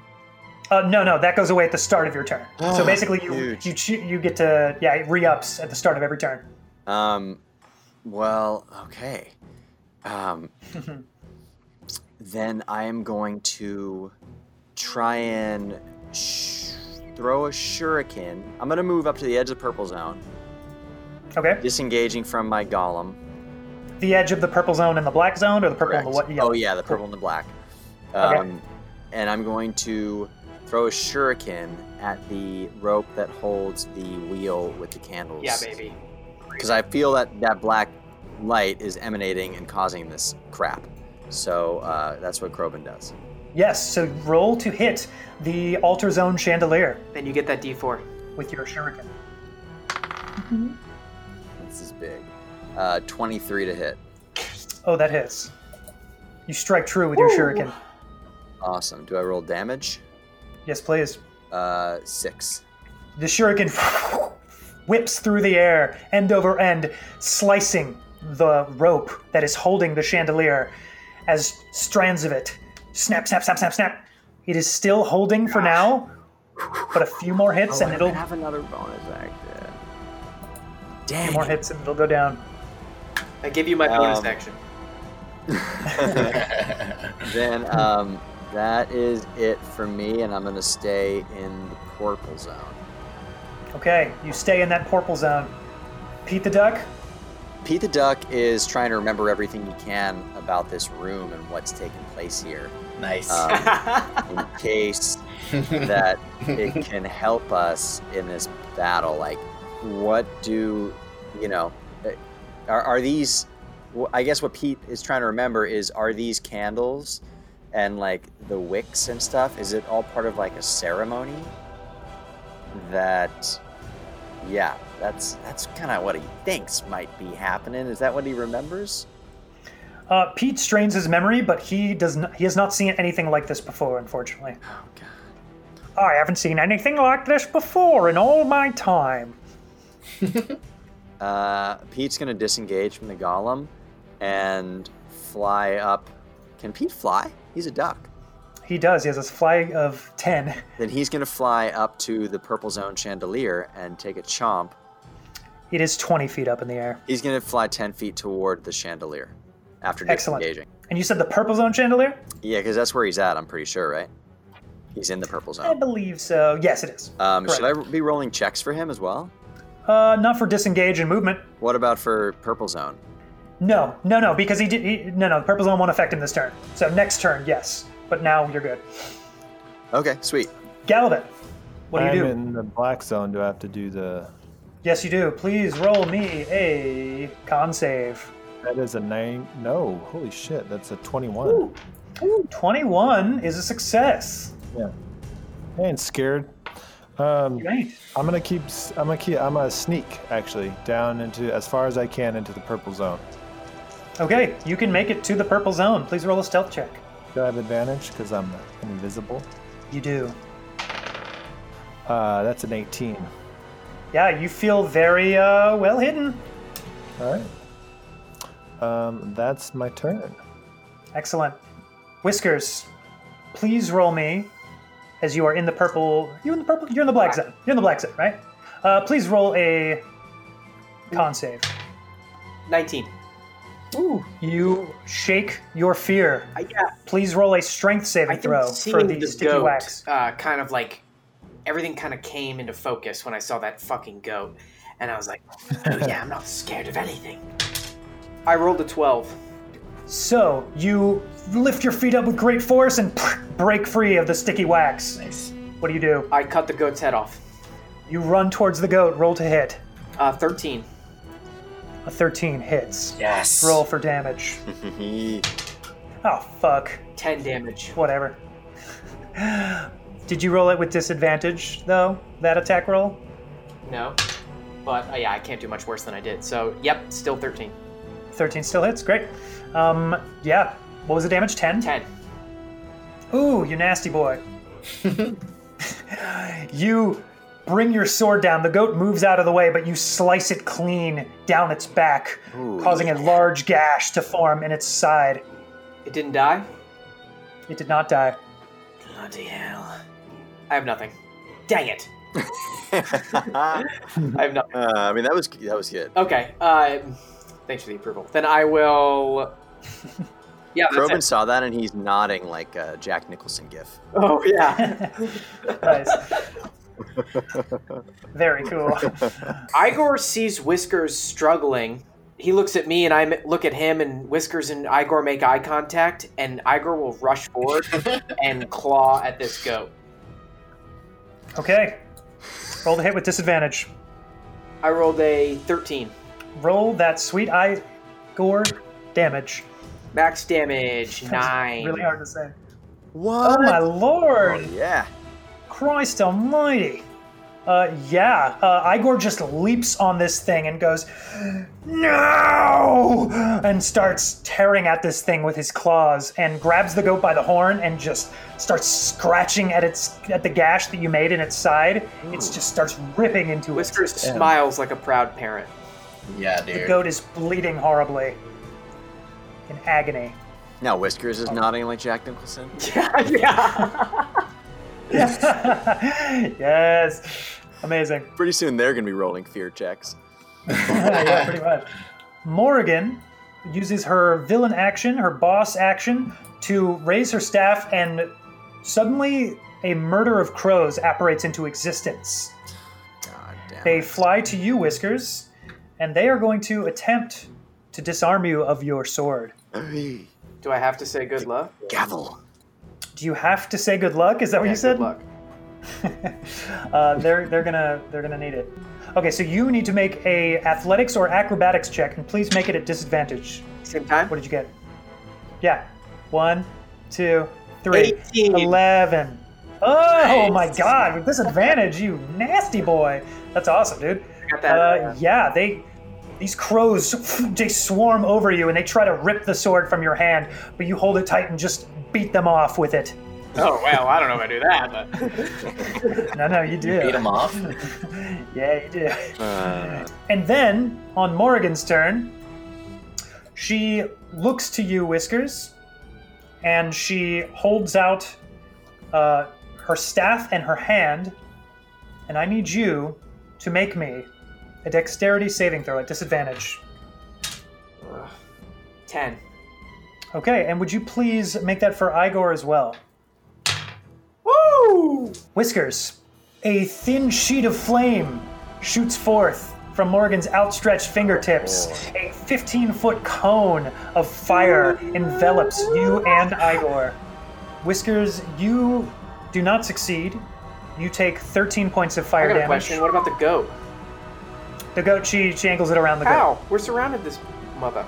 S4: Uh, no, no, that goes away at the start of your turn. so
S8: Ah,
S4: basically, you
S8: huge.
S4: you, cho- you get to yeah it re-ups at the start of every turn.
S8: Um, well, okay.
S4: (laughs)
S8: Um, then I am going to try and sh- throw a shuriken. I'm gonna move up to the edge of the purple zone,
S4: Okay,
S8: disengaging from my golem,
S4: the edge of the purple zone and the black zone, or the purple and the
S8: Correct.
S4: what? Yeah.
S8: Oh yeah, the purple and the black. Um,
S4: Okay.
S8: And I'm going to throw a shuriken at the rope that holds the wheel with the candles.
S7: Yeah, baby.
S8: Because I feel that that black light is emanating and causing this crap. So uh, that's what Krobin does.
S4: Yes. So roll to hit the altar zone chandelier
S7: Then you get that D4.
S4: with your shuriken.
S8: This is big. Uh, 23 to hit.
S4: Oh, that hits. You strike true with your shuriken.
S8: Awesome. Do I roll damage?
S4: Yes, please.
S8: Uh, six.
S4: The shuriken (laughs) whips through the air, end over end, slicing the rope that is holding the chandelier as strands of it snap, snap, snap, snap, snap. It is still holding for now, but a few more hits and it'll
S8: have another bonus action.
S4: few
S8: Damn.
S4: more hits and it'll go down.
S7: I give you my bonus
S8: Um,
S7: action. (laughs)
S8: Then um, that is it for me, and I'm gonna stay in the purple zone.
S4: Okay, you stay in that purple zone. Pete the duck.
S8: Pete the Duck is trying to remember everything he can about this room and what's taking place here,
S6: Nice.
S8: um, in case that it can help us in this battle. Like, what do you know? eh, Are, are these? wh- I guess what Pete is trying to remember is are these candles and like the wicks and stuff? Is it all part of like a ceremony? That, yeah, that's that's kind of what he thinks might be happening. Is that what he remembers?
S4: Uh, Pete strains his memory, but he does not, he has not seen anything like this before, unfortunately. Oh god. I haven't seen anything like this before in all my time.
S8: Uh, Pete's gonna disengage from the golem and fly up. Can Pete fly? He's a duck.
S4: He does. He has a fly of 10.
S8: Then he's gonna fly up to the purple zone chandelier and take a chomp.
S4: It is 20 feet up in the air.
S8: He's gonna fly ten feet toward the chandelier after
S4: Excellent.
S8: disengaging.
S4: And you said the purple zone chandelier?
S8: Yeah, because that's where he's at. I'm pretty sure, right? He's in the purple
S4: I
S8: zone.
S4: believe so. Yes, it is.
S8: Um, should I
S4: correct.
S8: be rolling checks for him as well?
S4: Uh, not for disengage and movement.
S8: What about for purple zone?
S4: No, no, no, because he did. He, no, no, the purple zone won't affect him this turn. So next turn, yes. But now you're good.
S8: Okay, sweet.
S4: Gallivant, (laughs) what do
S5: I'm
S4: you do?
S5: in the black zone. Do I have to do the?
S4: Yes, you do. Please roll me a con save.
S5: That is a nine. No, holy shit, that's a twenty-one.
S4: 21 is a success.
S5: I ain't scared. Um,
S4: Great.
S5: I'm gonna keep. s- I'm gonna keep. I'm gonna sneak actually down into as far as I can into the purple zone.
S4: Okay, you can make it to the purple zone. Please roll a stealth check.
S5: Do I have advantage because I'm invisible?
S4: You do.
S5: Uh, that's an 18.
S4: Yeah, you feel very uh, well hidden.
S5: All right. Um, that's my turn.
S4: Excellent. Whiskers, please roll me as you are in the purple. You in the purple? You're in the black zone. You're in the black zone, right? Uh, please roll a con save.
S7: 19.
S4: Ooh. You shake your fear.
S7: I, yeah,
S4: Please roll a strength
S7: I
S4: saving
S7: think
S4: throw for
S7: seeing
S4: the
S7: the
S4: sticky
S7: goat,
S4: wax.
S7: Uh, kind of like everything kind of came into focus when I saw that fucking goat, and I was like, oh, yeah, I'm not scared of anything. I rolled a 12.
S4: So you lift your feet up with great force and (laughs) break free of the sticky wax.
S6: nice.
S4: What do you do?
S7: I cut the goat's head off.
S4: You run towards the goat. Roll to hit.
S7: Uh, 13.
S4: A 13 hits.
S6: Yes.
S4: Roll for damage. oh fuck.
S7: 10 damage.
S4: Whatever. Did you roll it with disadvantage though? That attack roll?
S7: No. But uh, yeah, I can't do much worse than I did. So, yep, still 13.
S4: 13 still hits. Great. Um, yeah. What was the damage? 10?
S7: 10.
S4: Ooh, you nasty boy. you bring your sword down. The goat moves out of the way, but you slice it clean down its back, causing a large gash to form in its side.
S7: It didn't die?
S4: It did not die.
S7: Bloody hell. I have nothing. Dang (laughs) it. I have nothing.
S8: Uh, I mean, that was that was good.
S7: Okay. Uh, thanks for the approval. Then I will. (laughs) Yeah, that's
S8: Krobin
S7: it.
S8: saw that and he's nodding like a Jack Nicholson gif.
S7: Oh (laughs) yeah.
S4: Nice. Very cool.
S7: Igor sees Whiskers struggling he looks at me and I m- look at him, and Whiskers and Igor make eye contact, and Igor will rush forward and claw at this goat.
S4: Okay. Roll the hit with disadvantage.
S7: I rolled a 13.
S4: Roll that sweet eye gore damage.
S7: Max damage,
S4: That's
S7: 9.
S4: Really hard to say.
S8: What?
S4: Oh my
S8: Oh,
S4: lord!
S8: yeah.
S4: Christ almighty! Uh, yeah, uh, Igor just leaps on this thing and goes, No! And starts tearing at this thing with his claws and grabs the goat by the horn and just starts scratching at its at the gash that you made in its side. It just starts ripping into
S7: Whiskers
S4: it.
S7: smiles like a proud parent.
S6: (laughs) Yeah,
S4: The
S6: dude.
S4: goat is bleeding horribly in agony. (laughs)
S8: Now Whiskers is nodding like Jack (laughs) Nicholson.
S7: Yeah, yeah.
S4: yes, amazing.
S8: Pretty soon they're gonna be rolling fear checks.
S4: (laughs) yeah,
S7: (laughs)
S4: pretty much. Morrigan uses her villain action, her boss action, to raise her staff, and suddenly a murder of crows apparates into existence.
S8: God damn.
S4: They
S8: it.
S4: fly to you, Whiskers, and they are going to attempt to disarm you of your sword.
S8: Hey,
S7: Do I have to say good luck?
S8: Gavel.
S4: Do you have to say good luck? Is that what
S7: Yeah,
S4: you said?
S7: Good luck.
S4: uh, they're they're gonna they're gonna need it. Okay, so you need to make a athletics or acrobatics check, and please make it at disadvantage.
S7: Same time?
S4: What did you get? Yeah. One, two, three.
S7: 18.
S4: 11. Oh my god, with disadvantage, you nasty boy. That's awesome, dude.
S7: Got that,
S4: Uh,
S7: uh,
S4: yeah, they these crows (laughs) they swarm over you and they try to rip the sword from your hand, but you hold it tight and just beat them off with it.
S7: Oh, well, I don't know if I do that,
S4: (laughs)
S7: but.
S4: No, no, you do.
S6: Beat him off.
S4: Yeah, you do.
S8: Uh,
S4: And then, on Morrigan's turn, she looks to you, Whiskers, and she holds out uh, her staff and her hand, and I need you to make me a dexterity saving throw at disadvantage.
S7: 10.
S4: Okay, and would you please make that for Igor as well?
S7: Woo!
S4: Whiskers, a thin sheet of flame shoots forth from Morgan's outstretched fingertips.
S7: Oh.
S4: A 15 foot cone of fire envelops you and Igor. Whiskers, you do not succeed. You take 13 points of
S7: I
S4: fire
S7: got a
S4: damage.
S7: question. What about the goat?
S4: The goat, she, she angles it around the goat.
S7: How? We're surrounded this mother.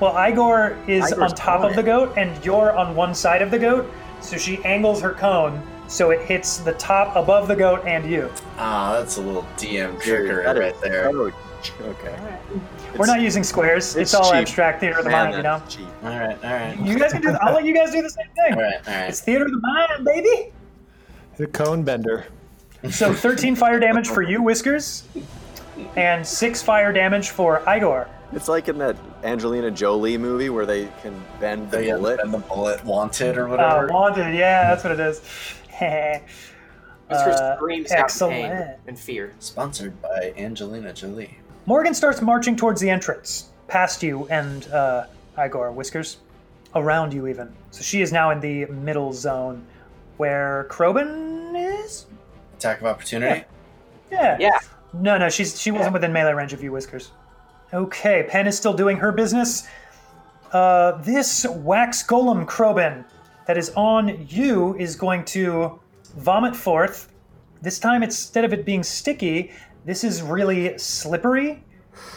S4: Well, Igor is
S8: Igor's
S4: on top
S8: on
S4: of the
S8: it.
S4: goat, and you're on one side of the goat, so she angles her cone so it hits the top above the goat and you.
S6: Ah, that's a little DM
S8: dude,
S6: trickery
S8: that
S6: right
S8: is-
S6: there.
S8: oh, ch- okay.
S4: We're not using squares. It's,
S8: it's
S4: all
S8: cheap.
S4: abstract theater of the mind, you know.
S8: that's cheap.
S6: All right, all right,
S4: You guys can do. th- I'll let you guys do the same thing.
S6: all right, all right.
S4: It's theater of the mind, baby.
S5: The cone bender.
S4: So 13 fire damage for you, Whiskers, and six fire damage for Igor.
S8: It's like in that Angelina Jolie movie where they can bend the
S6: They
S8: bullet.
S6: and the bullet wanted or
S4: Uh,
S6: whatever.
S4: wanted, yeah, that's what it is. (laughs)
S7: Whiskers
S4: Uh,
S7: screams out in pain
S4: excellent.
S7: and fear.
S6: Sponsored by Angelina Jolie.
S4: Morgan starts marching towards the entrance, past you and uh, Igor, Whiskers, around you even. So she is now in the middle zone, where Krobin is.
S6: Attack of opportunity.
S4: Yeah.
S7: Yeah.
S4: No, no, she's she wasn't within melee range of you, Whiskers. Okay, Pen is still doing her business. Uh, this wax golem Krobin that is on you is going to vomit forth. This time, instead of it being sticky, this is really slippery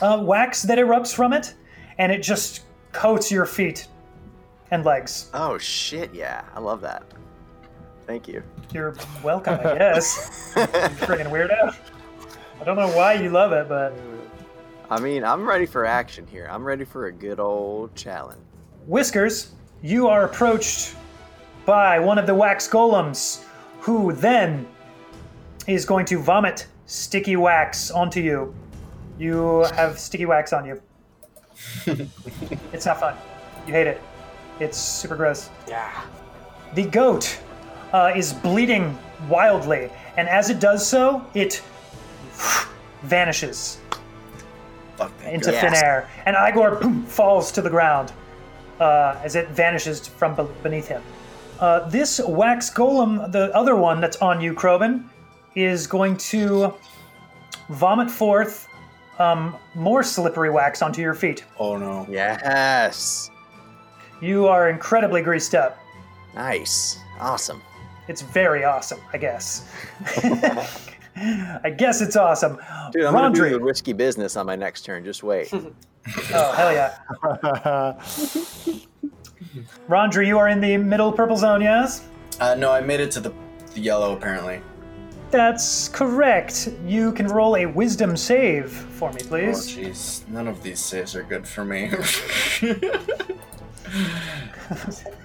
S4: uh, wax that erupts from it, and it just coats your feet and legs.
S8: Oh shit! Yeah, I love that. Thank you.
S4: You're welcome, I guess. Friggin' weirdo. I don't know why you love it, but
S8: I mean, I'm ready for action here. I'm ready for a good old challenge.
S4: Whiskers, you are approached by one of the wax golems, who then is going to vomit sticky wax onto you. You have sticky wax on you. it's not fun. You hate it. It's super gross.
S7: Yeah.
S4: The goat uh, is bleeding wildly, and as it does so, it vanishes
S6: Fuck that.
S4: into
S6: girl.
S4: thin
S8: Yes.
S4: air, and Igor boom, falls to the ground uh, as it vanishes from be- beneath him. Uh, this wax golem, the other one that's on you, Krobin, is going to vomit forth um, more slippery wax onto your feet.
S6: Oh no.
S8: Yes.
S4: You are incredibly greased up.
S8: Nice. Awesome.
S4: It's very awesome, I guess. (laughs) I guess it's awesome.
S8: Dude, I'm gonna
S4: Rondre,
S8: do the risky business on my next turn. Just wait.
S4: oh hell yeah, Rondre, you are in the middle purple zone, yes?
S6: Uh, no, I made it to the, the yellow apparently.
S4: That's correct. You can roll a wisdom save for me,
S6: Oh
S4: please.
S6: jeez, none of these saves are good for me.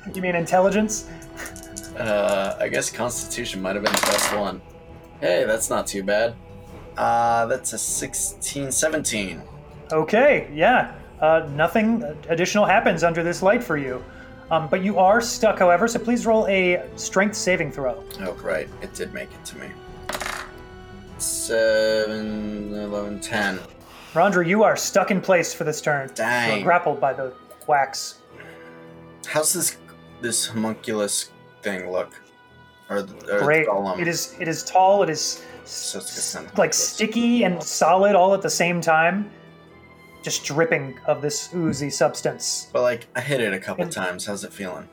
S6: (laughs)
S4: you mean intelligence?
S6: uh, I guess Constitution might have been the best one. Hey, that's not too bad. Uh, that's a 16, 17.
S4: Okay, yeah. Uh, nothing additional happens under this light for you. Um, but you are stuck, however, so please roll a strength saving throw.
S6: Oh, right. It did make it to me. 7, 11, 10.
S4: Rondra, you are stuck in place for this turn.
S6: Dang.
S4: You are grappled by the wax.
S6: How's this this homunculus thing look? Or, th- or
S4: Great.
S6: golem?
S4: It is it is tall, it is
S6: So it's
S4: s-
S6: good.
S4: like sticky and solid all at the same time. Just dripping of this oozy substance.
S6: But like, I hit it a couple times. How's it feeling?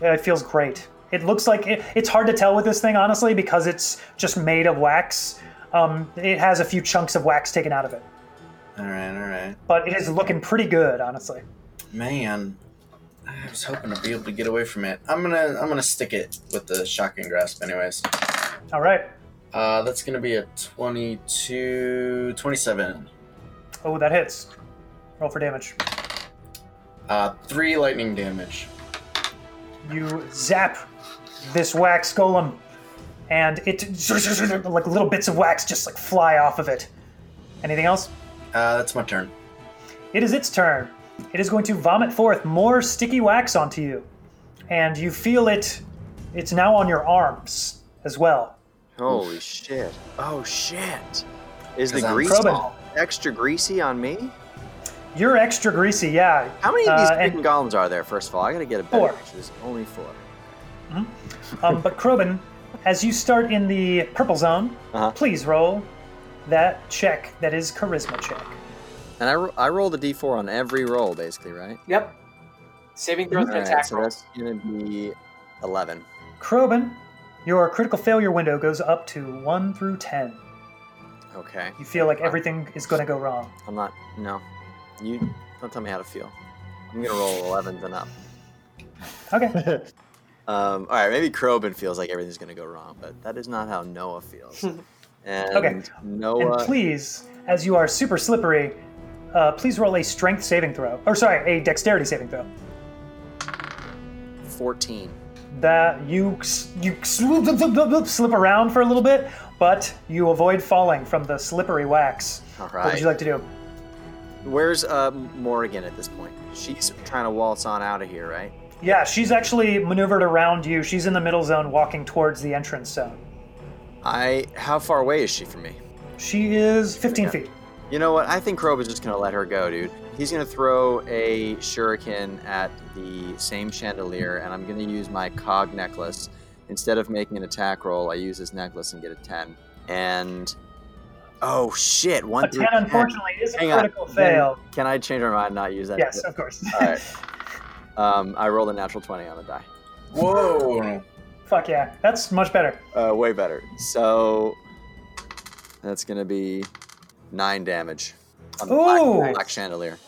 S4: Yeah, it feels great. It looks like it, it's hard to tell with this thing, honestly, because it's just made of wax. Um, it has a few chunks of wax taken out of it,
S6: All right, all right.
S4: but it is looking pretty good, honestly.
S6: Man, I was hoping to be able to get away from it. I'm gonna, I'm gonna stick it with the shocking grasp, anyways.
S4: All right.
S6: Uh, that's gonna be a 22, 27.
S4: Oh, that hits. Roll for damage.
S6: Uh, three lightning damage.
S4: You zap this wax golem, and it (laughs) like little bits of wax just like fly off of it. Anything else?
S6: Uh, that's my turn.
S4: It is its turn. It is going to vomit forth more sticky wax onto you. And you feel it. It's now on your arms as well.
S8: (laughs) Holy shit. Oh shit. Is the
S6: 'Cause I'm
S8: grease
S4: Probing.
S8: extra greasy on me?
S4: You're extra greasy, yeah.
S8: How many of these
S4: Uh,
S8: freaking
S4: and-
S8: golems are there? First of all, I gotta get a better
S4: Four.
S8: picture. There's only four.
S4: Um, but Krobin, as you start in the purple zone,
S8: Uh-huh.
S4: please roll that check. That is charisma check.
S8: And I, ro- I rolled a d4 on every roll, basically, right?
S7: Yep. Saving throws and
S8: Alright,
S7: attack
S8: so
S7: rolls.
S8: that's gonna be 11.
S4: Krobin, your critical failure window goes up to one through ten.
S8: Okay.
S4: You feel like everything is going to go wrong.
S8: I'm not. No. You don't tell me how to feel. I'm gonna roll 11s and up.
S4: Okay.
S8: Um, all right, maybe Krobin feels like everything's gonna go wrong, but that is not how Noah feels. And
S4: Okay.
S8: Noah,
S4: And please, as you are super slippery, uh, please roll a strength saving throw. Or sorry, a dexterity saving throw.
S8: 14.
S4: That you s- you slip slip around for a little bit, but you avoid falling from the slippery wax.
S8: All
S4: What would
S8: right.
S4: you like to do?
S8: Where's uh, Morgan at this point? She's trying to waltz on out of here, right?
S4: Yeah, she's actually maneuvered around you. She's in the middle zone, walking towards the entrance zone.
S8: I. How far away is she from me?
S4: She is 15 feet.
S8: You know what? I think Krobe is just gonna let her go, dude. He's gonna throw a shuriken at the same chandelier, and I'm gonna use my cog necklace. Instead of making an attack roll, I use this necklace and get a 10. And oh shit, one
S4: A 10,
S8: through
S4: unfortunately, is a
S8: (laughs) Hang on.
S4: critical
S8: Then
S4: fail.
S8: Can I change my mind and not use that?
S4: Yes, of course.
S8: All right. Um, I rolled a natural 20 on the die.
S6: Whoa!
S4: (laughs) Fuck yeah. That's much better.
S8: Uh, way better. So that's going to be nine damage on the
S4: Ooh.
S8: black, black chandelier.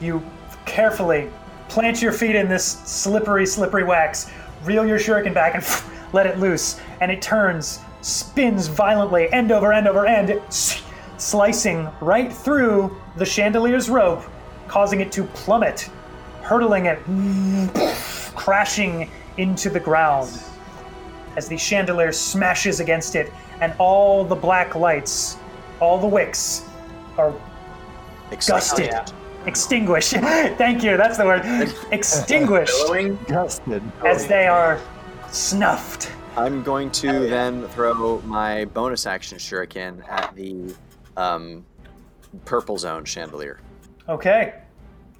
S4: You carefully plant your feet in this slippery, slippery wax, reel your shuriken back, and (laughs) let it loose. And it turns, spins violently, end over end over end, (sniffs) slicing right through the chandelier's rope, causing it to plummet, hurtling it, (sniffs) crashing into the ground as the chandelier smashes against it, and all the black lights, all the wicks, are
S8: Except-
S4: gusted. Extinguish. (laughs) Thank you. That's the word. Extinguished
S6: Billowing?
S5: Gusted.
S4: as they are snuffed.
S8: I'm going to then throw my bonus action shuriken at the um, purple zone chandelier.
S4: Okay.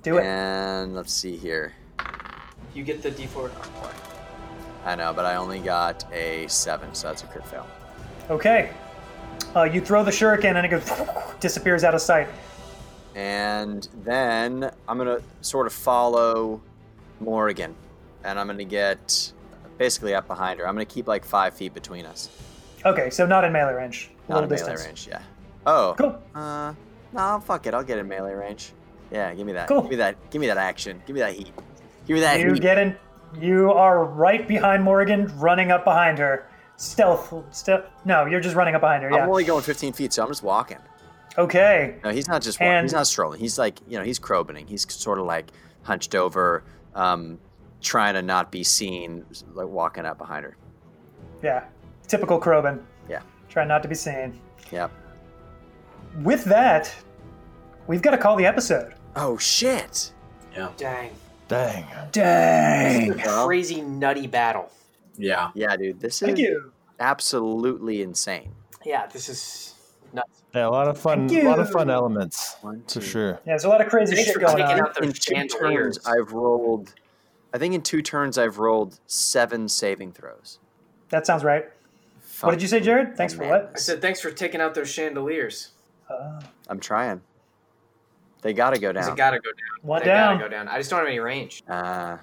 S4: Do it.
S8: And let's see here.
S7: You get the D4 armor.
S8: I know, but I only got a seven, so that's a crit fail.
S4: Okay. Uh, you throw the shuriken and it goes (laughs) disappears out of sight.
S8: And then I'm going to sort of follow Morgan. And I'm going to get basically up behind her. I'm going to keep like five feet between us.
S4: Okay, so not in melee range. A
S8: Not in
S4: little
S8: melee
S4: distance.
S8: range, yeah. Oh.
S4: Cool.
S8: Uh, no, fuck it. I'll get in melee range. Yeah, give me that.
S4: Cool.
S8: Give me that. Give me that action. Give me that heat. Give me that
S4: You
S8: heat.
S4: get in. You are right behind Morgan, running up behind her. Stealth. Step. No, you're just running up behind her.
S8: I'm
S4: Yeah.
S8: only going 15 feet, so I'm just walking.
S4: Okay.
S8: No, he's not just walking. He's
S4: And-
S8: not strolling. He's like, you know, he's crobening. He's sort of like hunched over, um, trying to not be seen, like walking up behind her.
S4: Yeah. Typical Krobin.
S8: Yeah.
S4: Try not to be seen.
S8: Yep.
S4: With that, we've got to call the episode.
S8: Oh shit!
S7: Dang.
S5: Dang.
S4: Dang.
S7: Crazy nutty battle.
S6: Yeah.
S8: Yeah, dude, this
S4: Thank
S8: is
S4: you.
S8: absolutely insane.
S7: Yeah, this is nuts.
S5: Yeah, a lot of fun.
S4: Thank
S5: A lot of fun
S4: you.
S5: elements
S8: One,
S5: for
S8: two,
S5: sure.
S4: Yeah, there's a lot of crazy
S7: Thanks
S4: shit
S7: for
S4: going
S7: taking
S4: on.
S7: out
S8: In
S7: those
S8: two
S7: chandeliers.
S8: turns, I've rolled. I think in two turns, I've rolled seven saving throws.
S4: That sounds right. What did you say, Jared? Thanks for what?
S7: I said, thanks for taking out those chandeliers.
S8: I'm trying. They gotta go
S7: 'Cause
S8: down.
S7: It gotta go down.
S4: One
S7: They
S4: down.
S7: gotta go down. I just don't have any range.
S8: uh,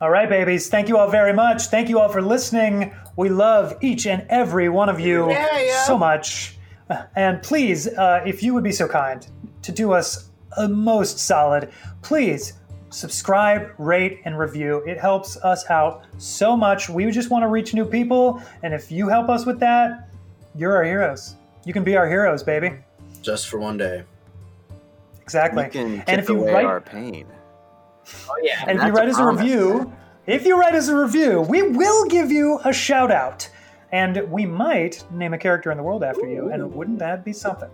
S4: All right, babies. Thank you all very much. Thank you all for listening. We love each and every one of you so much. And please, uh, if you would be so kind to do us a most solid, please subscribe, rate, and review. It helps us out so much. We just want to reach new people. And if you help us with that, you're our heroes. You can be our heroes, baby.
S6: Just for one day.
S4: Exactly.
S8: we can
S4: and
S8: take
S4: if you
S8: away
S4: write
S8: our pain.
S7: Oh yeah.
S4: And if you
S8: That's a
S4: write us a
S8: promise.
S4: review, if you write us a review, we will give you a shout out. And we might name a character in the world after you, and wouldn't that be something?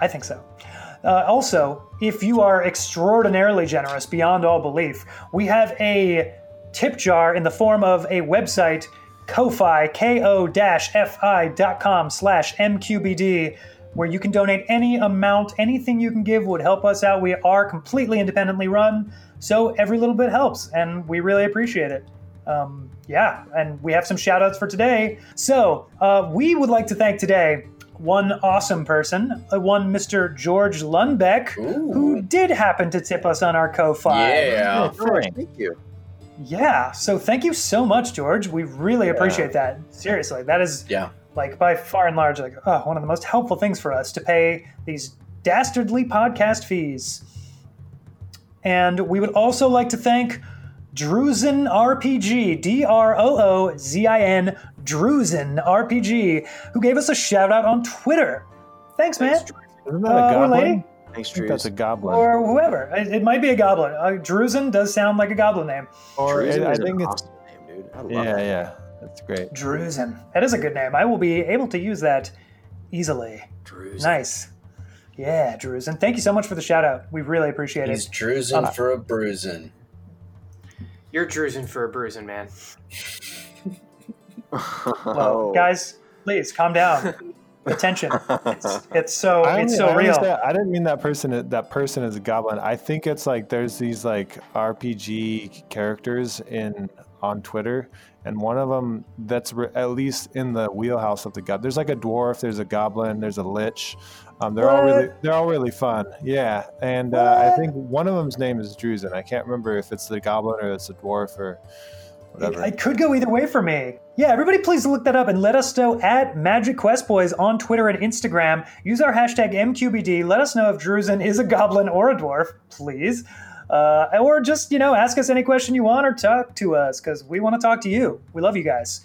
S4: I think so. Uh, also, if you are extraordinarily generous beyond all belief, we have a tip jar in the form of a website, ko-fi, ko-fi.com slash mqbd, where you can donate any amount. Anything you can give would help us out. We are completely independently run, so every little bit helps, and we really appreciate it. Um, yeah, and we have some shout outs for today. So uh, we would like to thank today one awesome person, uh, one Mr. George Lundbeck, who did happen to tip us on our ko-fi.
S6: Yeah.
S8: Thank you.
S4: Yeah. So thank you so much, George. We really appreciate that. Seriously, that is
S6: Yeah.
S4: like by far and large like oh, one of the most helpful things for us to pay these dastardly podcast fees. And we would also like to thank Druzen RPG, D R O O Z I N, Druzen RPG, who gave us a shout out on Twitter. Thanks, man.
S5: Isn't
S4: Uh,
S5: that a
S4: or
S5: goblin?
S4: lady?
S8: Thanks,
S5: I think
S8: Drew.
S5: that's a goblin. Or,
S4: Or whoever. It, it might be a goblin. Uh, Druzen does sound like a goblin name.
S5: it- I think it's.
S8: awesome name, dude. I love
S5: Yeah,
S8: it.
S5: yeah. That's great.
S4: Druzen. That is a good name. I will be able to use that easily.
S6: Druzen.
S4: Nice. Yeah, Druzen. Thank you so much for the shout out. We really appreciate
S6: He's
S4: it.
S6: druzen for a bruising.
S7: You're druising for a bruising, man.
S4: Well, guys, please calm down. Attention. It's, it's so
S5: I
S4: it's
S5: mean-
S4: so
S5: I
S4: real.
S5: understand- I didn't mean that person. That person is a goblin. I think it's like there's these like RPG characters in on Twitter, and one of them that's re- at least in the wheelhouse of the god. There's like a dwarf. There's a goblin. There's a lich. Um, they're all really they're all really fun. Yeah, and uh, I think one of them's name is Druzen. I can't remember if it's the goblin or it's a dwarf or whatever.
S4: It could go either way for me. Yeah, everybody, please look that up and let us know at Magic Quest Boys on Twitter and Instagram. Use our hashtag MQBD. Let us know if Druzen is a goblin or a dwarf, please. Uh, or just, you know, ask us any question you want or talk to us because we want to talk to you. We love you guys.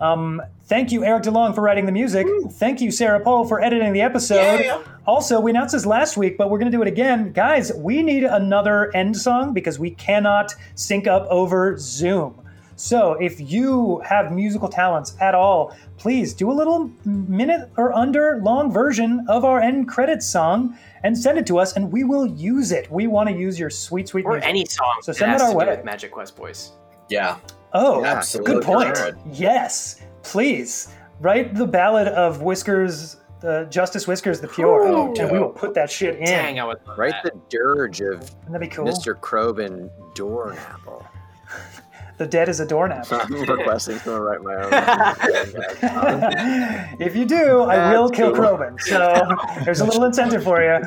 S4: Um, thank you, Eric DeLong, for writing the music. Thank you, Sarah Pohl, for editing the episode. Also, we announced this last week, but we're going to do it again. Guys, we need another end song because we cannot sync up over Zoom. So, if you have musical talents at all, please do a little minute or under long version of our end credits song and send it to us, and we will use it. We want to use your sweet, sweet
S7: Or
S4: music.
S7: any song.
S4: So
S7: that
S4: send it
S7: has
S4: our
S7: to do
S4: way.
S7: with Magic Quest Boys.
S6: Yeah.
S4: Oh,
S6: Yeah,
S4: good
S6: absolutely.
S4: point.
S6: Good.
S4: Yes, please write the ballad of Whiskers, uh, Justice Whiskers the Pure, and we will put that shit in.
S7: Dang, I would love
S8: Right,
S7: that.
S8: the dirge of
S4: Wouldn't that be cool?
S7: (laughs)
S8: Mr. Crobin Doornappel.
S4: The dead is a doorknob.
S8: I'm requesting to write my
S4: (laughs)
S8: own.
S4: if you do, I will
S8: That's
S4: kill
S8: cool.
S4: Krobin.
S8: (laughs)
S4: So there's a little incentive for you.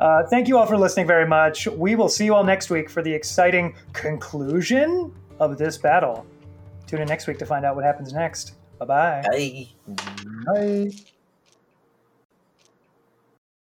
S4: uh, thank you all for listening very much. We will see you all next week for the exciting conclusion of this battle. Tune in next week to find out what happens next. Bye bye.
S3: Hey.
S5: Bye.